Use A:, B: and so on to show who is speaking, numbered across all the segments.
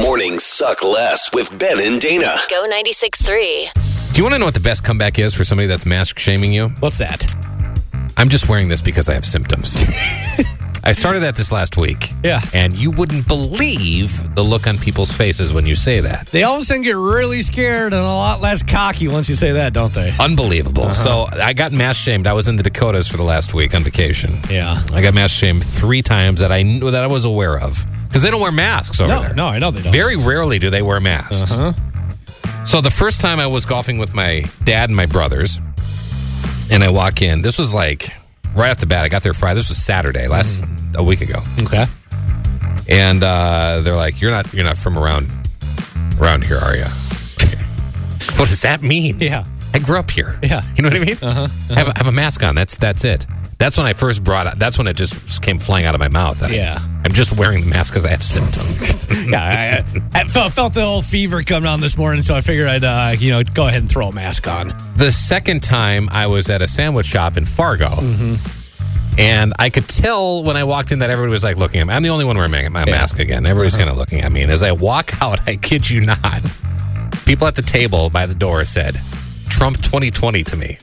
A: Mornings suck less with Ben and Dana.
B: Go 96.3.
C: Do you want to know what the best comeback is for somebody that's mask shaming you?
D: What's that?
C: I'm just wearing this because I have symptoms. I started that this last week.
D: Yeah.
C: And you wouldn't believe the look on people's faces when you say that.
D: They all of a sudden get really scared and a lot less cocky once you say that, don't they?
C: Unbelievable.
D: Uh-huh.
C: So I got mask shamed. I was in the Dakotas for the last week on vacation.
D: Yeah.
C: I got mask shamed three times that I knew that I was aware of because they don't wear masks over
D: No,
C: there.
D: no, I know they don't.
C: Very rarely do they wear masks.
D: Uh-huh.
C: So the first time I was golfing with my dad and my brothers, and I walk in. This was like right off the bat. I got there Friday. This was Saturday, last
D: Mm.
C: a week ago,
D: okay.
C: and uh, they're like, "You're not, you're not from around, around here, are you?" what does that mean?
D: Yeah.
C: I grew up here.
D: Yeah.
C: you know what I mean. Uh-huh. I, have, I have a mask on. That's that's it. That's when I first brought. it- That's when it just came flying out of my mouth. that I-
D: Yeah.
C: I'm just wearing the mask because I have symptoms.
D: Yeah, I, I, I felt, felt the old fever come on this morning, so I figured I'd, uh, you know, go ahead and throw a mask on.
C: the second time I was at a sandwich shop in Fargo. And I could tell when I walked in that everybody was like looking at me. I'm the only one wearing my my mask again. Everybody's kind of looking at me. And as I walk out, I kid you not, people at the table by the door said, Trump 2020 to me.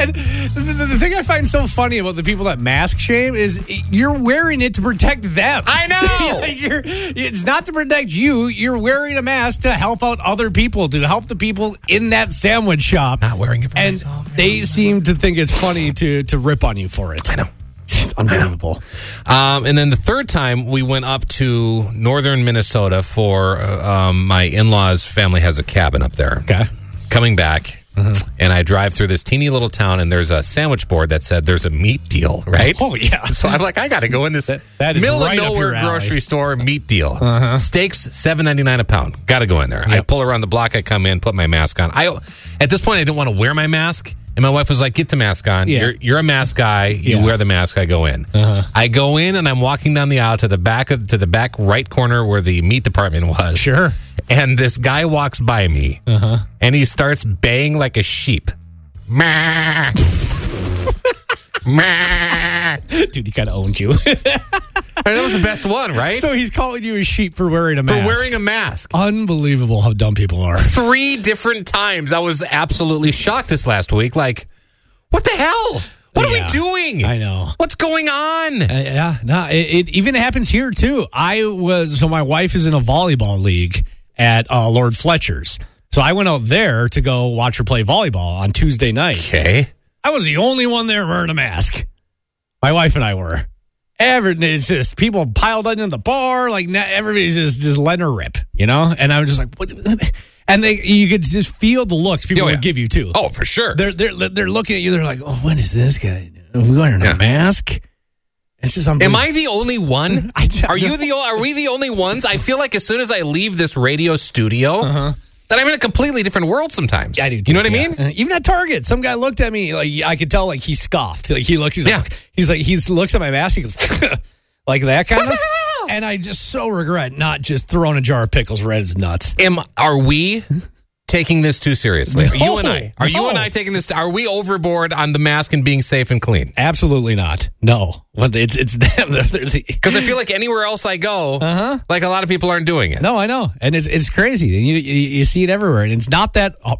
D: And the, the, the thing I find so funny about the people that mask shame is you're wearing it to protect them.
C: I know!
D: you're, it's not to protect you. You're wearing a mask to help out other people, to help the people in that sandwich shop.
C: Not wearing it for
D: and
C: myself. you know?
D: they seem to think it's funny to to rip on you for it. I know. It's unbelievable.
C: Um, and then the third time we went up to northern Minnesota for uh, um, my in law's family has a cabin up there.
D: Okay.
C: Coming back,
D: Mm-hmm.
C: and I drive through this teeny little town, and there's a sandwich board that said there's a meat deal, right?
D: Oh yeah.
C: So I'm like, I got to go in this
D: that is
C: middle
D: right
C: of
D: up
C: nowhere
D: your alley. Uh-huh.
C: grocery store meat deal. Steaks seven ninety nine a pound. Got to go in there. I pull around the block. I come in, put my mask on. I at this point I didn't want to wear my mask, and my wife was like, "Get the mask on.
D: Yeah.
C: You're you're a mask guy. You
D: Yeah. Uh-huh.
C: wear the mask." I go in. I go in, and I'm walking down the aisle to the back of, to the back right corner where the meat department was.
D: Sure.
C: And this guy walks by me,
D: Uh-huh.
C: and he starts baying like a sheep. Meh. Meh.
D: Dude, he kind of owned you.
C: I mean, that was the best one, right?
D: so he's calling you a sheep for wearing a
C: for
D: mask.
C: wearing a mask.
D: Unbelievable how dumb people are.
C: Three different times. I was absolutely shocked this last week. Like, what the hell? What
D: Yeah,
C: are we doing?
D: I know.
C: What's going on?
D: Uh, yeah, no, it, it even happens here too. I was so my wife is in a volleyball league at uh, Lord Fletcher's, so I went out there to go watch her play volleyball on Tuesday night.
C: Okay.
D: I was the only one there wearing a mask. My wife and I were. Everything it's just people piled into the bar, like na- everybody's just just letting her rip, you know. And I was just like, what? and they you could just feel the looks people
C: Oh, yeah.
D: would give you too.
C: Oh, for sure.
D: they're they're they're looking at you. They're like, oh, what is this guy? doing? wearing
C: Yeah.
D: a mask? It's just
C: Am
D: unbelievable.
C: I the only one?
D: I don't
C: Are you
D: know.
C: the? o- Are we the only ones? I feel like as soon as I leave this radio studio, that I'm in a completely different world. Sometimes
D: I do.
C: You know what
D: Uh-huh. yeah.
C: I mean?
D: Uh, Even at Target, some guy looked at me like I could tell like he scoffed. Like he looks, he's
C: Yeah.
D: like he's like he looks at my mask. He goes like that kind
C: What
D: of.
C: the hell?
D: And I just so regret not just throwing a jar of pickles red as nuts.
C: Am are we taking this too seriously? Are you and I? Are you
D: No.
C: and I taking this? Are we overboard on the mask and being safe and clean?
D: Absolutely not. No, Well, it's it's them. They're, they're the,
C: Because I feel like anywhere else I go, like a lot of people aren't doing it.
D: Uh-huh. no, I know, and it's it's crazy. And you, you you see it everywhere, and it's not that oh,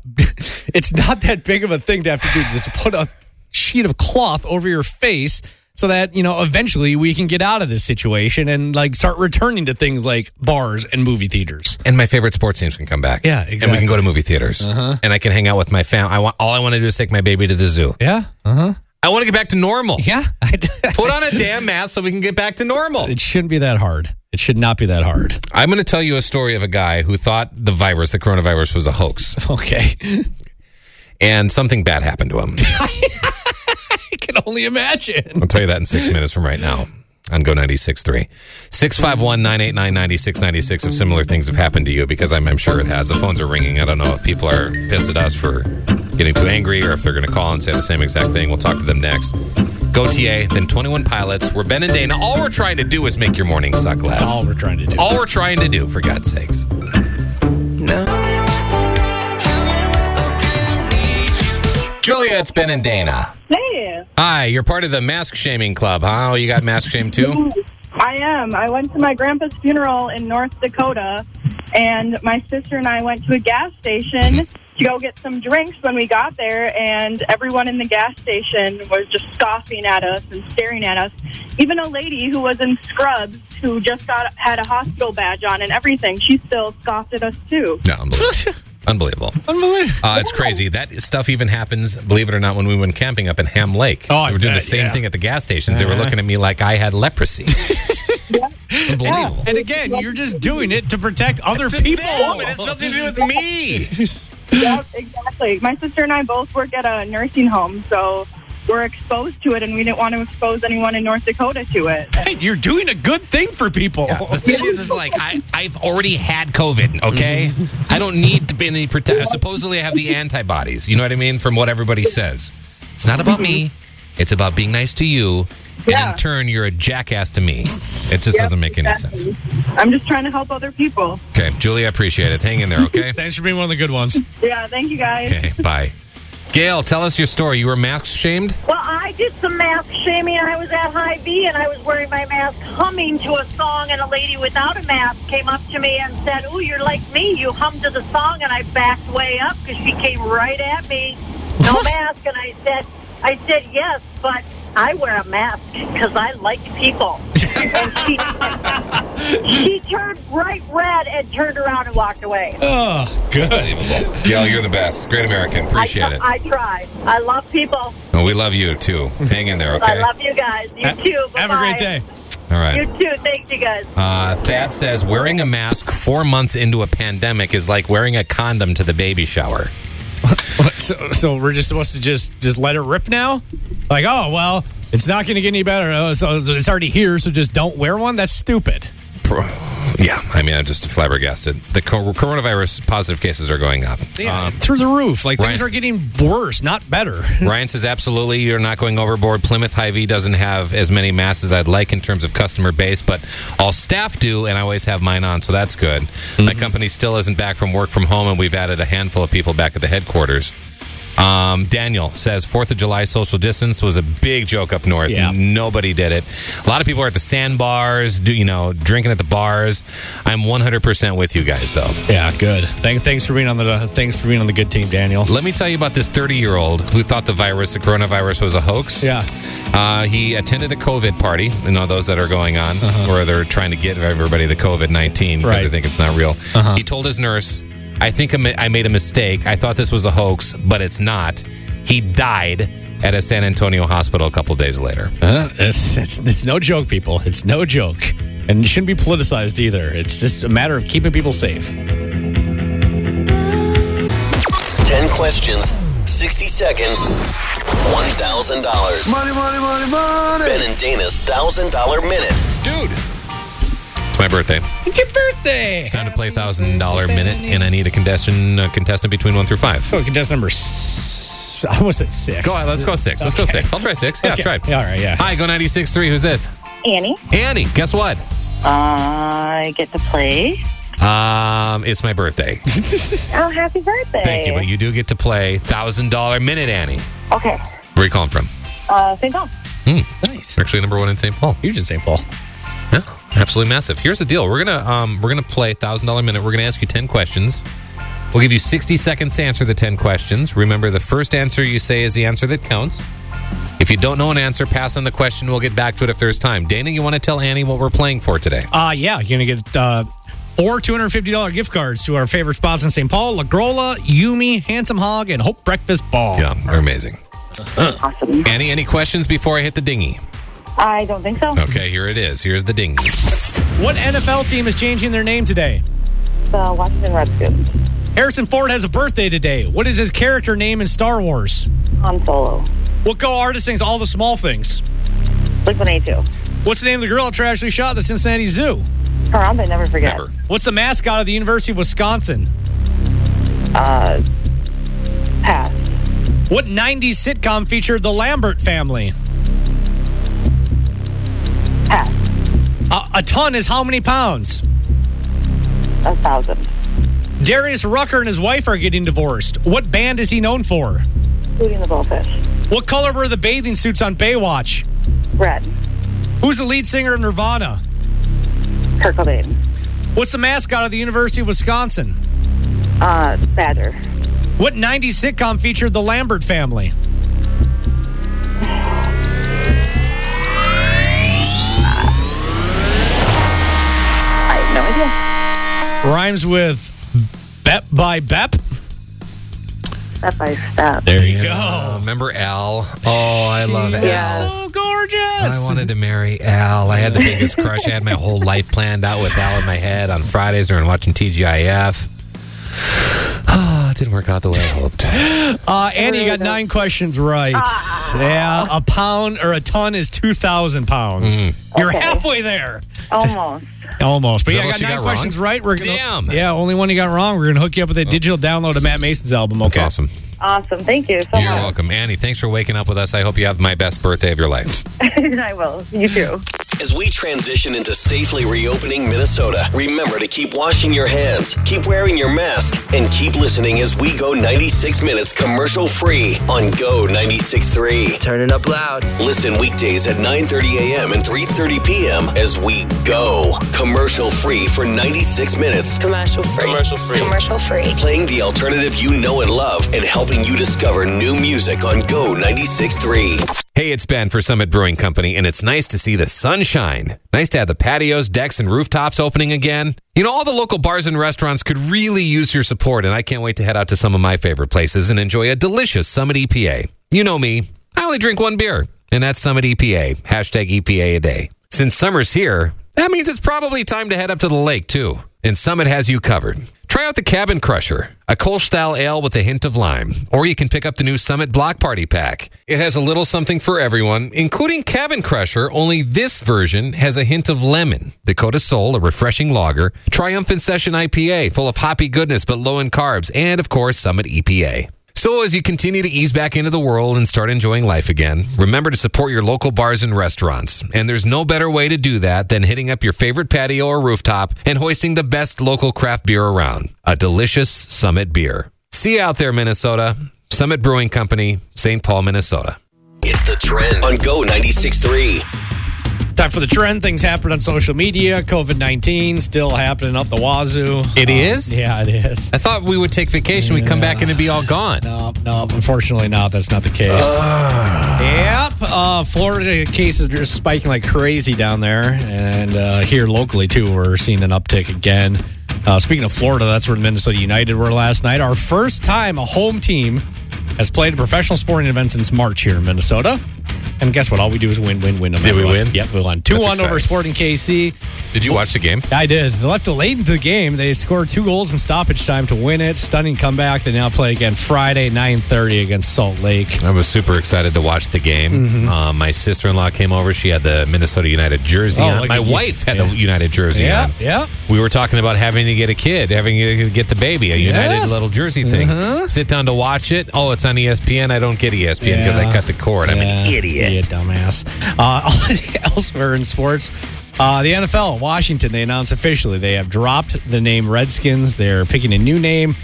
D: it's not that big of a thing to have to do. Just to put a sheet of cloth over your face. So that you know, eventually we can get out of this situation and like start returning to things like bars and movie theaters.
C: And my favorite sports teams can come back.
D: Yeah,
C: And we can
D: exactly. Uh-huh.
C: go to movie theaters. And I can hang out with my family. I want all I want to do is take my baby to the zoo.
D: Yeah, uh huh,
C: I want to get back to normal.
D: yeah.
C: Put on a damn mask so we can get back to normal.
D: it shouldn't be that hard. It should not be that hard.
C: I'm going to tell you a story of a guy who thought the virus, the coronavirus, was a hoax,
D: Okay,
C: and something bad happened to him.
D: I can only imagine.
C: I'll tell you that in six minutes from right now on Go 96.3. 651 989 9696 if similar things have happened to you, because I'm, I'm sure it has. The phones are ringing. I don't know if people are pissed at us for getting too angry or if they're going to call and say the same exact thing. We'll talk to them next. Go TA, then 21 Pilots. We're Ben and Dana. All we're trying to do is make your morning suck less.
D: That's all we're trying to do.
C: all we're trying to do, for God's sakes. Julia, it's Ben and Dana.
E: Hey,
C: Hi, you're part of the mask shaming club, huh? Oh, you got mask shame too?
B: I am. I went to my grandpa's funeral in North Dakota, and my sister and I went to a gas station to go get some drinks when we got there, and everyone in the gas station was just scoffing at us and staring at us. Even a lady who was in scrubs who just got had a hospital badge on and everything, she still scoffed at us too.
C: No, unbelievable. unbelievable.
D: Unbelievable.
C: Uh, it's crazy. That stuff even happens, believe it or not, when we went camping up in Ham Lake.
D: Oh, I
C: we were doing the
D: bet,
C: same
D: yeah. Uh-huh.
C: thing at the gas stations. They were looking at me like I had leprosy. It's unbelievable.
D: And again, you're just doing it to protect other people.
C: nothing to do with me.
B: Yep, exactly. My sister and I both work at a nursing home, so we're exposed to it, and we didn't want to expose anyone in North Dakota to it.
D: Right, You're doing a good thing for people.
C: The thing is, is like I, I've already had COVID. Okay,
D: Mm-hmm.
C: I don't need to be any protection. Supposedly, I have the antibodies. You know what I mean? From what everybody says, it's not about me.
D: Mm-hmm.
C: It's about being nice to you, and
B: Yeah.
C: in turn, you're a jackass to me. It just doesn't make any sense.
B: sense. I'm just trying to help other people.
C: Okay, Julie, I appreciate it. Hang in there, okay?
D: Thanks for being one of the good ones.
B: Yeah, thank you guys.
C: Okay, bye. Gail, tell us your story. You were mask shamed.
E: Well, I did some mask shaming. I was at High V and I was wearing my mask, humming to a song, and a lady without a mask came up to me and said, "Oh, you're like me. You hummed to the song." And I backed way up because she came right at me, no mask. And I said, "I said yes, but I wear a mask because I like people." and she she turned bright red and turned around and walked away.
D: Oh, good.
C: Gail, you're the best. Great American. Appreciate
E: I,
C: it.
E: I try. I love people.
C: Well, we love you too. Hang in there,
E: I
C: okay?
E: love you guys. You too.
D: Have a
E: Bye-bye.
D: great day.
C: All
E: You
C: right.
E: too. Thank you guys.
C: Uh, Thad says wearing a mask four months into a pandemic is like wearing a condom to the baby shower.
D: So, so we're just supposed to just just let it rip now? Like, oh well, it's not going to get any better. Oh, so so it's already here, so just don't wear one. That's stupid.
C: Yeah, I mean, I'm just flabbergasted. The co- coronavirus positive cases are going up. Um,
D: Through the roof. Like things
C: Ryan-
D: are getting worse, not better.
C: Ryan says, absolutely, you're not going overboard. Plymouth Hy-Vee doesn't have as many masks as I'd like in terms of customer base, but all staff do, and I always have mine on, so that's good. My
D: Mm-hmm.
C: company still isn't back from work from home, and we've added a handful of people back at the headquarters. Um, Daniel says, 4th of July social distance was a big joke up north.
D: Yeah.
C: Nobody did it. A lot of people are at the sandbars, do, you know, drinking at the bars. I'm 100% with you guys, though.
D: Yeah, good. Thank, thanks for being on the thanks for being on the good team, Daniel.
C: Let me tell you about this 30 year old who thought the virus, the coronavirus, was a hoax.
D: Yeah.
C: Uh, he attended a COVID party, you know, those that are going on, where they're trying to get everybody the COVID 19 because they
D: Uh-huh. Right. Uh-huh.
C: think it's not real. He told his nurse, I think I ma- I made a mistake. I thought this was a hoax, but it's not. He died at a San Antonio hospital a couple days later.
D: Uh, it's, it's, it's no joke, people. It's no joke. And it shouldn't be politicized either. It's just a matter of keeping people safe.
A: 10 questions, 60 seconds, $1,000. Money, money, money, money. Ben and Dana's $1,000 minute.
C: Dude. It's my birthday.
D: It's your birthday.
C: It's time to play $1,000 minute, and I need a contestant, a contestant between one through five.
D: So contestant number s- I almost said six.
C: Go on, let's go six. Let's go
D: Okay.
C: six. I'll try six. Yeah,
D: Okay.
C: try.
D: All right, yeah.
C: Hi, go 96.3. Who's this?
F: Annie.
C: Annie, guess what?
F: I get to play.
C: Um, it's my birthday.
F: Oh, happy birthday.
C: Thank you, but you do get to play thousand dollar minute, Annie.
F: Okay.
C: Where are you calling from?
F: Uh, St. Paul.
D: Nice.
C: We're actually number one in St. Paul.
D: Huge in St. Paul.
C: Yeah, absolutely massive. Here's the deal: we're gonna um, we're gonna play thousand dollar minute. We're gonna ask you ten questions. We'll give you sixty seconds to answer the ten questions. Remember, the first answer you say is the answer that counts. If you don't know an answer, pass on the question. We'll get back to it if there's time. Dana, you want to tell Annie what we're playing for today?
D: Uh, yeah, you're going to get uh, four $250 gift cards to our favorite spots in St. Paul, La Grolla, Yumi, Handsome Hog, and Hope Breakfast Ball.
C: Yeah, they're amazing.
F: Awesome.
C: Annie, any questions before I hit the dinghy?
F: I don't think so.
C: Okay, here it is. Here's the dinghy.
D: What NFL team is changing their name today?
F: The Washington Redskins.
D: Harrison Ford has a birthday today. What is his character name in Star Wars?
F: Han Solo.
D: What co artist sings All the Small Things?
F: Liquid A2.
D: What's the name of the girl that tragically shot at the Cincinnati Zoo?
F: Harambe, never forget.
C: Never.
D: What's the mascot of the University of Wisconsin?
F: Uh, Pass.
D: What 90s sitcom featured the Lambert family?
F: Pass.
D: A, a ton is how many pounds?
F: A thousand.
D: Darius Rucker and his wife are getting divorced. What band is he known for?
F: Including the bullfish.
D: What color were the bathing suits on Baywatch?
F: Red.
D: Who's the lead singer of Nirvana?
F: Kurt Cobain.
D: What's the mascot of the University of Wisconsin?
F: Uh, Badger.
D: What 90s sitcom featured the Lambert family?
F: I have no idea.
D: Rhymes with Bep by Bep.
F: Step by step.
C: There you
D: go.
C: Remember Al? Oh, I love Al.
D: So Oh,
C: I
D: gorgeous.
C: wanted to marry Al. I had the biggest crush. I had my whole life planned out with Al in my head on Fridays during watching TGIF. Ah, it didn't work out the way I hoped.
D: Uh, Andy, you got nine questions right.
F: Ah.
D: Yeah, a pound or a ton is 2,000 pounds.
C: Mm-hmm.
D: You're
F: Okay.
D: halfway there.
F: Almost.
D: Almost. But
C: Is
D: yeah,
C: that
D: I
C: what
D: got
C: you
D: nine
C: got
D: questions
C: wrong?
D: right. We're gonna,
C: Damn. Oh.
D: Yeah, only one you got wrong. We're going to hook you up with a digital download of Matt Mason's album.
C: That's
D: Okay.
C: awesome.
F: Awesome. Thank you so
C: You're welcome. Andy, thanks for waking up with us. I hope you have my best birthday of your life.
F: much. I will. You too.
A: As we transition into safely reopening Minnesota, remember to keep washing your hands, keep wearing your mask, and keep listening as we go 96 minutes commercial free on Go 96.3.
G: Turn it up loud.
A: Listen weekdays at 9:30 a.m. and 3:30 p.m. as we go commercial free for 96 minutes,
H: Commercial free.
A: Commercial free.
H: Commercial free.
A: playing the alternative you know and love and helping you discover new music on Go 96.3.
C: Hey, it's Ben for Summit Brewing Company, and it's nice to see the sunshine. Nice to have the patios, decks, and rooftops opening again. You know, all the local bars and restaurants could really use your support, and I can't wait to head out to some of my favorite places and enjoy a delicious Summit EPA. You know me, I only drink one beer, and that's Summit EPA. Hashtag EPA a day. Since summer's here, that means it's probably time to head up to the lake, too. And Summit has you covered. Try out the Cabin Crusher, a Kolsch style ale with a hint of lime. Or you can pick up the new Summit Block Party Pack. It has a little something for everyone, including Cabin Crusher, only this version has a hint of lemon. Dakota Soul, a refreshing lager. Triumphant Session IPA, full of hoppy goodness but low in carbs. And of course, Summit E EPA. So, as you continue to ease back into the world and start enjoying life again, remember to support your local bars and restaurants. And there's no better way to do that than hitting up your favorite patio or rooftop and hoisting the best local craft beer around a delicious Summit beer. See you out there, Minnesota. Summit Brewing Company, St. Paul, Minnesota.
A: It's the trend on Go 96.3.
D: Time for the trend. Things happened on social media. COVID 19 still happening up the wazoo.
C: It is?
D: Yeah, it is.
C: I thought we would take vacation, we'd come back and it'd be all gone.
D: No, no, unfortunately not. That's not the case.
C: Ah.
D: yep. Uh, Florida cases are spiking like crazy down there. And uh, here locally, too, we're seeing an uptick again. Uh, speaking of Florida, that's where the Minnesota United were last night. Our first time a home team has played a professional sporting event since March here in Minnesota. And guess what? All we do is win, win, win. No
C: Did we
D: matter what.
C: win?
D: Yep, we won 2 1 over
C: exciting.
D: Sporting KC.
C: Did you watch the game?
D: I did. They left it late into the game. They scored two goals in stoppage time to win it. Stunning comeback. They now play again Friday, 9.30 against Salt Lake.
C: I was super excited to watch the game. Uh, my sister in law came over. She had the Minnesota United jersey
D: Oh,
C: on.
D: look
C: My
D: at you.
C: wife had
D: Yeah.
C: the United jersey on.
D: yeah.
C: We were talking about having to get a kid, having to get the baby, a United
D: Yes. Uh-huh.
C: little jersey thing. Sit down to watch it. Oh, it's on ESPN. I don't get E ESPN because
D: Yeah.
C: I cut the cord. I'm an idiot.
D: You dumbass. Uh, elsewhere in sports, uh, the NFL, Washington, they announced officially they have dropped the name Redskins. They're picking a new name.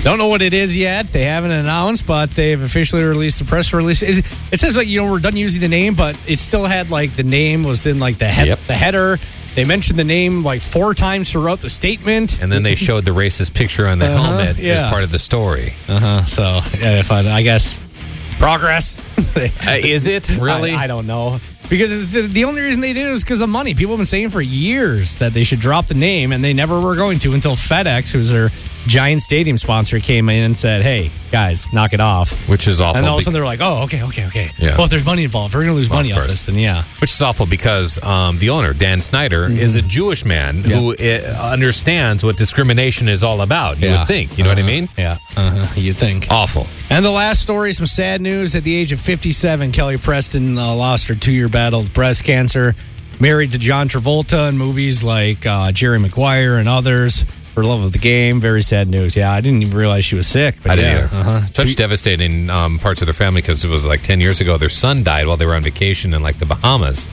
D: Don't know what it is yet. They haven't announced, but they've officially released the press release. Is- It says like you know we're done using the name, but it still had like the name was in like the head,
C: Yep.
D: the header. They mentioned the name like four times throughout the statement.
C: And then they showed the racist picture on the helmet
D: Uh-huh. yeah.
C: as part of the story.
D: Uh-huh. So uh, if I, I guess progress.
C: Uh, is it really?
D: I, I don't know. Because the, the only reason they did it was because of money. People have been saying for years that they should drop the name, and they never were going to until FedEx, who's their giant stadium sponsor, came in and said, "Hey guys, knock it off."
C: which is awful.
D: And all of a
C: bec-
D: sudden they're like, "Oh, okay, okay, okay."
C: Yeah.
D: Well, if there's money involved, if we're gonna lose money off
C: course.
D: this, then yeah.
C: Which is awful because um, the owner, Dan Snyder,
D: Mm-hmm.
C: is a Jewish man who uh, understands what discrimination is all about. You
D: Yeah. Uh-huh.
C: would think. You know what I mean?
D: Yeah, uh-huh. you'd think.
C: Awful.
D: And the last story, some sad news. At the age of 57, Kelly Preston uh, lost her two year battle with breast cancer. Married to John Travolta in movies like uh, Jerry Maguire and others. Her love of the game. Very sad news. Yeah, I didn't even realize she was sick. But
C: I didn't
D: yeah,
C: either.
D: Uh-huh.
C: Such devastating um, parts of their family because it was like 10 years ago, their son died while they were on vacation in like the Bahamas.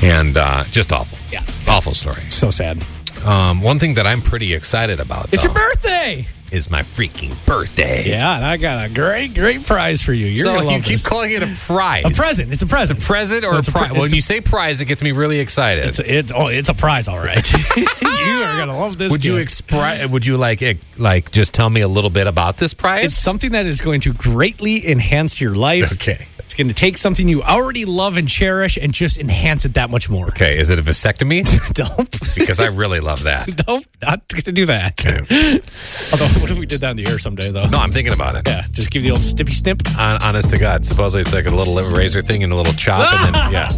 C: And uh, just awful.
D: Yeah.
C: Awful story.
D: So sad.
C: Um, one thing that I'm pretty excited about.
D: It's
C: though,
D: your birthday.
C: is my freaking birthday.
D: Yeah, and I got a great, great prize for you. You're
C: so
D: gonna
C: you
D: love
C: keep
D: this.
C: calling it a prize.
D: a present. It's a present.
C: Present or
D: No,
C: a
D: it's a
C: prize?
D: pre-
C: When
D: it's a-
C: you say prize, it gets me really excited.
D: It's a, it's oh, it's a prize, all right. you are gonna love this.
C: would you
D: gift.
C: expri- Would you like eh, like just tell me a little bit about this prize?
D: It's something that is going to greatly enhance your life.
C: Okay.
D: It's going to take something you already love and cherish and just enhance it that much more.
C: okay. Is it a vasectomy?
D: Don't,
C: because I really love that.
D: don't, not going to do that. Although, what if we did that on the air someday, though?
C: No, I'm thinking about it.
D: Yeah, just give the old snippy snip.
C: Hon- honest to God, supposedly it's like a little razor thing and a little chop, and then yeah,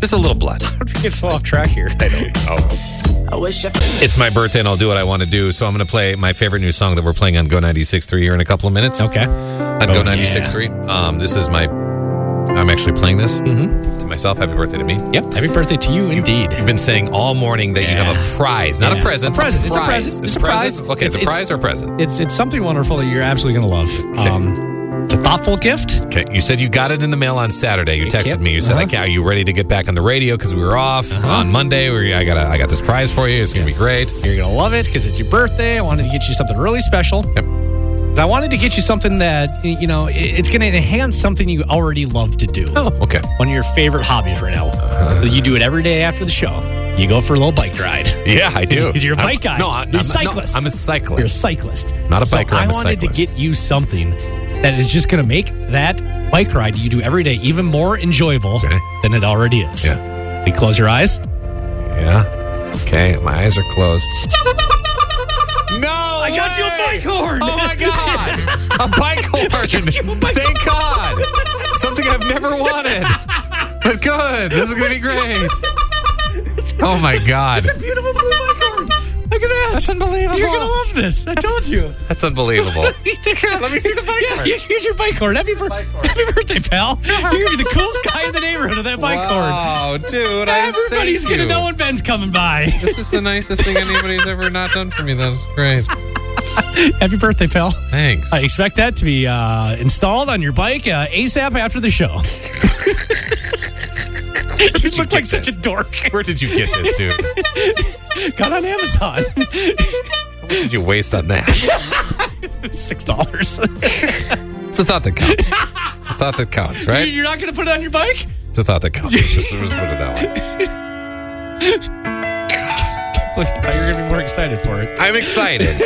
C: just a little blood.
D: It's off track here.
C: I don't know. It's my birthday and I'll do what I want to do. So I'm going to play my favorite new song that we're playing on Go 96.3 here in a couple of minutes.
D: Okay.
C: On Go 96.3. Um, this is my, I'm actually playing this to myself. Happy birthday to me.
D: Yep. Happy birthday to you, indeed.
C: You've been saying all morning that you have a prize, not
D: Yeah.
C: a present.
D: A present. It's a
C: prize.
D: present.
C: It's,
D: It's
C: a
D: a
C: present.
D: prize.
C: Okay, it's, a
D: It's-
C: prize or a present.
D: It's it's something wonderful that you're absolutely going to love. Um, it's a thoughtful gift.
C: Okay, you said you got it in the mail on Saturday. You texted
D: Yep.
C: me. You said, I
D: Uh-huh.
C: can't, "Are you ready to get back on the radio?" Because we were off on Monday. We, I got, a, I got this prize for you. It's gonna be great.
D: You're going to love it because it's your birthday. I wanted to get you something really special.
C: Yep.
D: 'Cause I wanted to get you something that, y- you know, i- it's going to enhance something you already love to do.
C: Oh, Uh-huh. okay.
D: One of your favorite hobbies right now. You do it every day after the show. You go for a little bike ride.
C: Yeah, I do.
D: Because you're a
C: I'm-
D: bike guy.
C: No, I,
D: You're a
C: I'm, no,
D: cyclist.
C: I'm a
D: You're a
C: cyclist.
D: cyclist.
C: Not a
D: So
C: biker, I'm
D: I
C: a
D: wanted to
C: cyclist.
D: get you something that is just going to make that bike ride you do every day even more enjoyable
C: Okay.
D: than it already is. You close your eyes.
C: yeah. Okay, my eyes are closed. no, I
D: horn.
C: Oh my god, a bike horn!
D: you a bike
C: Thank God, something I've never wanted. But good, this is gonna be great. Oh my god,
D: beautiful blue bike horn. Look at that.
C: that's unbelievable.
D: You're going to love this. I told you.
C: That's unbelievable. Let me see the bike
D: Yeah,
C: horn.
D: here- here's your bike horn. Happy, bir- happy birthday, pal. You're going to be the coolest guy in the neighborhood with that bike horn.
C: Wow, dude! I just
D: Everybody's
C: thank
D: going to
C: you.
D: know when Ben's coming by.
C: This is the nicest thing anybody's ever not done for me. That was great.
D: happy birthday, pal.
C: Thanks.
D: I expect that to be uh, installed on your bike uh, ASAP after the show. you look like such
C: this?
D: a dork.
C: Where did you get this, dude?
D: Got on Amazon.
C: What did you waste on that?
D: Six dollars.
C: It's a thought that counts. It's a thought that counts, right?
D: You're not going to put it on your bike?
C: It's a thought that counts. Let's Just, let's put it that way.
D: I thought you were going to be more excited for it.
C: I'm excited.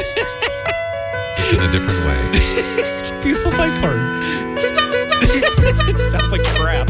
C: Just in a different way.
D: It's a beautiful bike horn. it sounds like crap.